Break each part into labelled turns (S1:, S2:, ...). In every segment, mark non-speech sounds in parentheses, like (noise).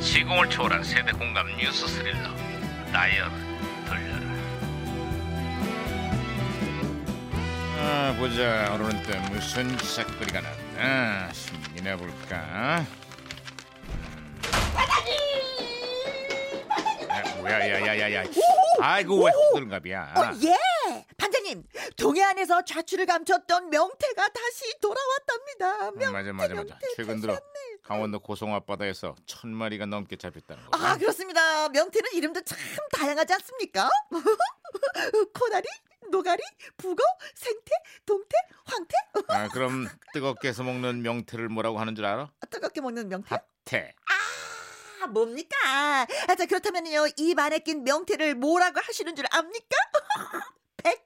S1: 시공을 초월한 세대 공감 뉴스 스릴러 다이얼 돌려라
S2: 아, 보자. 오늘은 또 무슨 기사거리가 났나? 신문이나 볼까? 음. 아, 뭐야, 야, 야, 야, 야. 아이고, 왜 호들갑이야? 음,
S3: 어, 예! 반장님, 동해안에서 좌추를 감췄던 명태가 다시 돌아왔답니다. 명태,
S2: 음, 맞아, 맞아, 맞아.
S3: 명태,
S2: 최근 들어
S3: 다시 왔네.
S2: 강원도 고성 앞바다에서 천 마리가 넘게 잡혔다는 거.
S3: 아, 그렇습니다. 명태는 이름도 참 다양하지 않습니까? (laughs) 코다리, 노가리, 북어, 생태, 동태, 황태? 어,
S2: 아, 그럼 뜨겁게 해서 먹는 명태를 뭐라고 하는 줄 알아?
S3: 뜨겁게 먹는 명태?
S2: 핫태.
S3: 아, 뭡니까? 아, 자, 그렇다면요, 입 안에 낀 명태를 뭐라고 하시는 줄 압니까? 백태?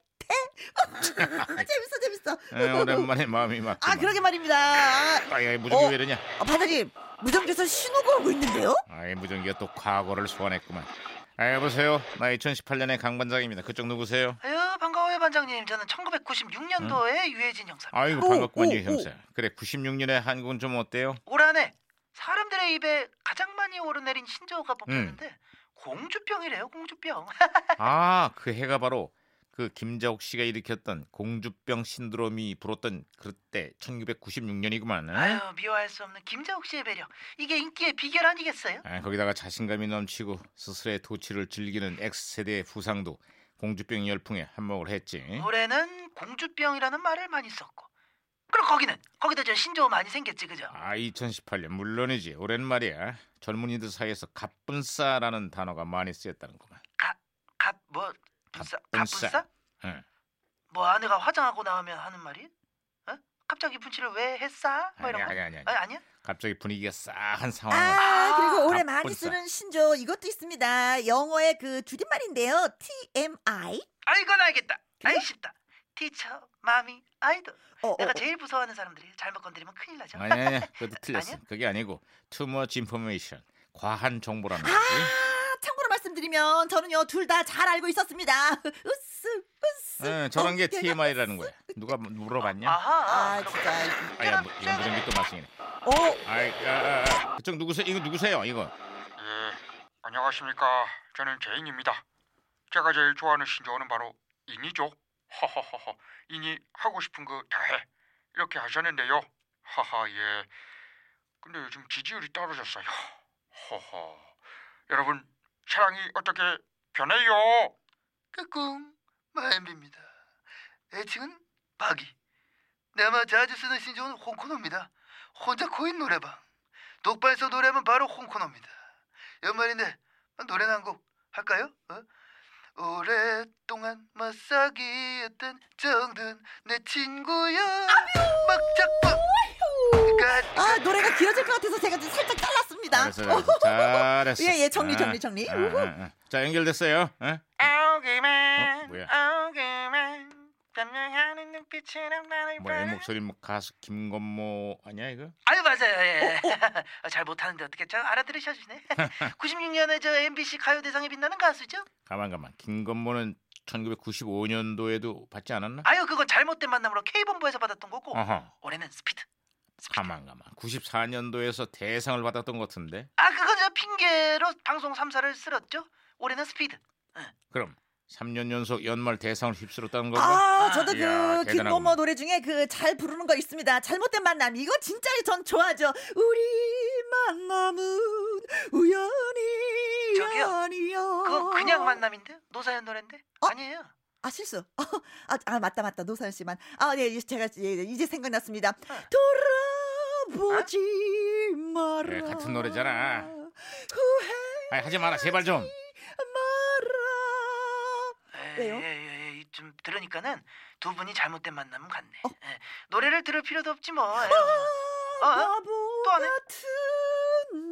S3: 재밌어, 재밌어.
S2: 아, 오랜만에 마음이 막.
S3: 아, 그러게 말입니다. 아,
S2: 아이, 무전기
S3: 어.
S2: 왜 이러냐?
S3: 아, 반장님 무전기에서 신호가 오고 있는데요?
S2: 아이 무전기가 또 과거를 소환했구만. 아 여보세요. 나 2018년의 강 반장입니다. 그쪽 누구세요?
S4: 아유 반가워요 반장님. 저는 1996년도에 유해진 형사.
S2: 아이고
S3: 오,
S2: 반갑구만
S3: 오,
S2: 유 형사. 그래 96년의 한국은 좀
S3: (laughs)
S2: 어때요?
S4: 올한해 사람들의 입에 가장 많이 오르내린 신조어가 뽑혔는데 공주병이래요 공주병.
S2: 아 그 해가 바로 그 김자옥 씨가 일으켰던 공주병 신드롬이 불었던 그때 1996년이구만.
S4: 아유 미워할 수 없는 김자옥 씨의 매력. 이게 인기의 비결 아니겠어요?
S2: 아, 거기다가 자신감이 넘치고 스스로의 도치를 즐기는 X세대의 부상도 공주병 열풍에 한몫을 했지.
S4: 음? 올해는 공주병이라는 말을 많이 썼고. 그럼 거기는 거기다 저 신조어 많이 생겼지 그죠?
S2: 아, 2018년 물론이지. 오랜 말이야. 젊은이들 사이에서 갑분싸라는 단어가 많이 쓰였다는구만.
S4: 갑뭐 분싸
S2: 갑분싸.
S4: 갑분싸?
S2: 응.
S4: 뭐 아내가 화장하고 나오면 하는 말이? 어? 갑자기 분칠을 왜 했어? 뭐 이런
S2: 아니
S4: 거?
S2: 아니 아니. 아니.
S4: 아니 아니야?
S2: 갑자기 분위기가 싸한 상황. 아,
S3: 아, 그리고 올해
S2: 아,
S3: 많이
S2: 꼴싸.
S3: 쓰는 신조 이것도 있습니다. 영어의 그 줄임말인데요. TMI.
S4: 아 이건 알겠다.
S2: 예?
S4: 아이 쉽다. 티처, 마미, 아이돌.
S3: 어, 어,
S4: 내가
S3: 어.
S4: 제일 무서워하는 사람들이 잘못 건드리면 큰일 나죠.
S2: 아니 아니. 그것도 틀렸어.
S4: 아니야?
S2: 그게 아니고 too much information. 과한 정보란 말이지.
S3: 아, 참고로 말씀드리면 저는요 둘 다 잘 알고 있었습니다. (laughs) 으쓱 으쓱.
S2: 응, 저런 게
S3: 어깨가
S2: TMI라는 거야. 누가 물어봤냐?
S4: (laughs)
S2: 아,
S4: 아하.
S3: 아,
S4: 그렇구나.
S3: 진짜.
S2: 야, 무- 이거 무전기 또 마싱이네.
S3: 어,
S2: 아이, 아, 아, 아. 그쪽 누구세요? 이거 누구세요? 이거.
S5: 예, 안녕하십니까. 저는 제인입니다. 제가 제일 좋아하는 신조어는 바로 인이죠. 허허허허. 인이 하고 싶은 거 다 해. 이렇게 하셨는데요. 하하 예. 근데 요즘 지지율이 떨어졌어요. 허허. 여러분, 사랑이 어떻게 변해요?
S4: 끄꿍 마엠비입니다. 애칭은 박이. 내마 자주 쓰는 신조는 홍코노입니다. 혼자 코인 노래방. 독발에서 노래하면 바로 홍코노입니다. 연말인데 노래 한 곡 할까요? 어? 오랫동안 맞사귀했던 정든 내 친구야. 막작법.
S2: 어,
S4: 끝.
S3: 아 노래가 길어질 것 같아서 제가 지금 살짝 잘랐습니다.
S2: 잘했어, 잘했어. 잘했어.
S3: 예, 예, 정리,
S2: 아,
S3: 정리, 정리.
S2: 아, 아, 아. 자, 연결됐어요. 어?
S5: 아오기만,
S2: 어, 뭐야?
S5: 아오기만. 변명하는 눈빛으로 나를
S4: 네.
S2: 뭐야, 이 목소리 뭐 가수 김건모 아니야 이거?
S4: 아유 맞아요. 예.
S3: 어,
S4: 아, 잘 못하는데 (laughs) 어떻게 저 알아들으셔주네. (laughs) 96년에 저 MBC 가요대상에 빛나는 가수죠.
S2: 가만 가만. 김건모는 1995년도에도 받지 않았나?
S4: 아유 그건 잘못된 만남으로 K본부에서 받았던 거고
S2: 어허.
S4: 올해는 스피드.
S2: 가만 가만. 94년도에서 대상을 받았던 것 같은데.
S4: 아 그건 저 핑계로 방송 3사를 쓸었죠. 올해는 스피드.
S2: 그럼 3년 연속 연말 대상을 휩쓸었다는 거고. 뭐?
S3: 아, 저도
S2: 이야,
S3: 그
S2: 대단하구만.
S3: 김건모 노래 중에 그 잘 부르는 거 있습니다. 잘못된 만남 이거 진짜 전 좋아하죠. 우리 만남은 우연이
S4: 저기요,
S3: 아니야.
S4: 그거 그냥 만남인데 노사연 노래인데
S3: 어?
S4: 아니에요.
S3: 아 실수. (laughs) 아, 아 맞다 맞다 노사연 씨만. 아 네, 제가 예, 예, 이제 생각났습니다.
S4: 아.
S3: 돌아보지
S4: 예,
S3: 마라.
S2: 네, 같은 노래잖아.
S3: 후회
S2: 아이, 하지 마라 제발 좀.
S3: 마라. 왜요?
S4: 예, 예예예 좀 들으니까는 두 분이 잘못된 만남 같네.
S3: 어?
S4: 예. 노래를 들을 필요도 없지 뭐. 예.
S3: (laughs)
S4: 어?
S3: 바보
S4: 또 안 해?
S3: 같은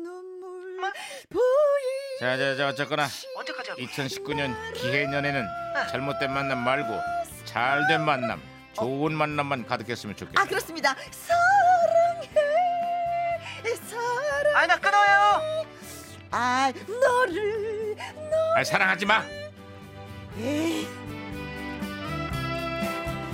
S3: 눈물
S4: 뭐?
S3: 보이.
S2: 자자자 어쨌거나
S4: 언제까지 하고?
S2: 2019년 기해년에는 잘못된 만남 말고 잘된 만남, 좋은 만남만 가득했으면 좋겠어.
S3: 아 그렇습니다. 사랑해 사랑.
S4: 아나 끊어요.
S3: 아 너를 너.
S4: 아.
S2: 아이, 사랑하지 마.
S3: 에이.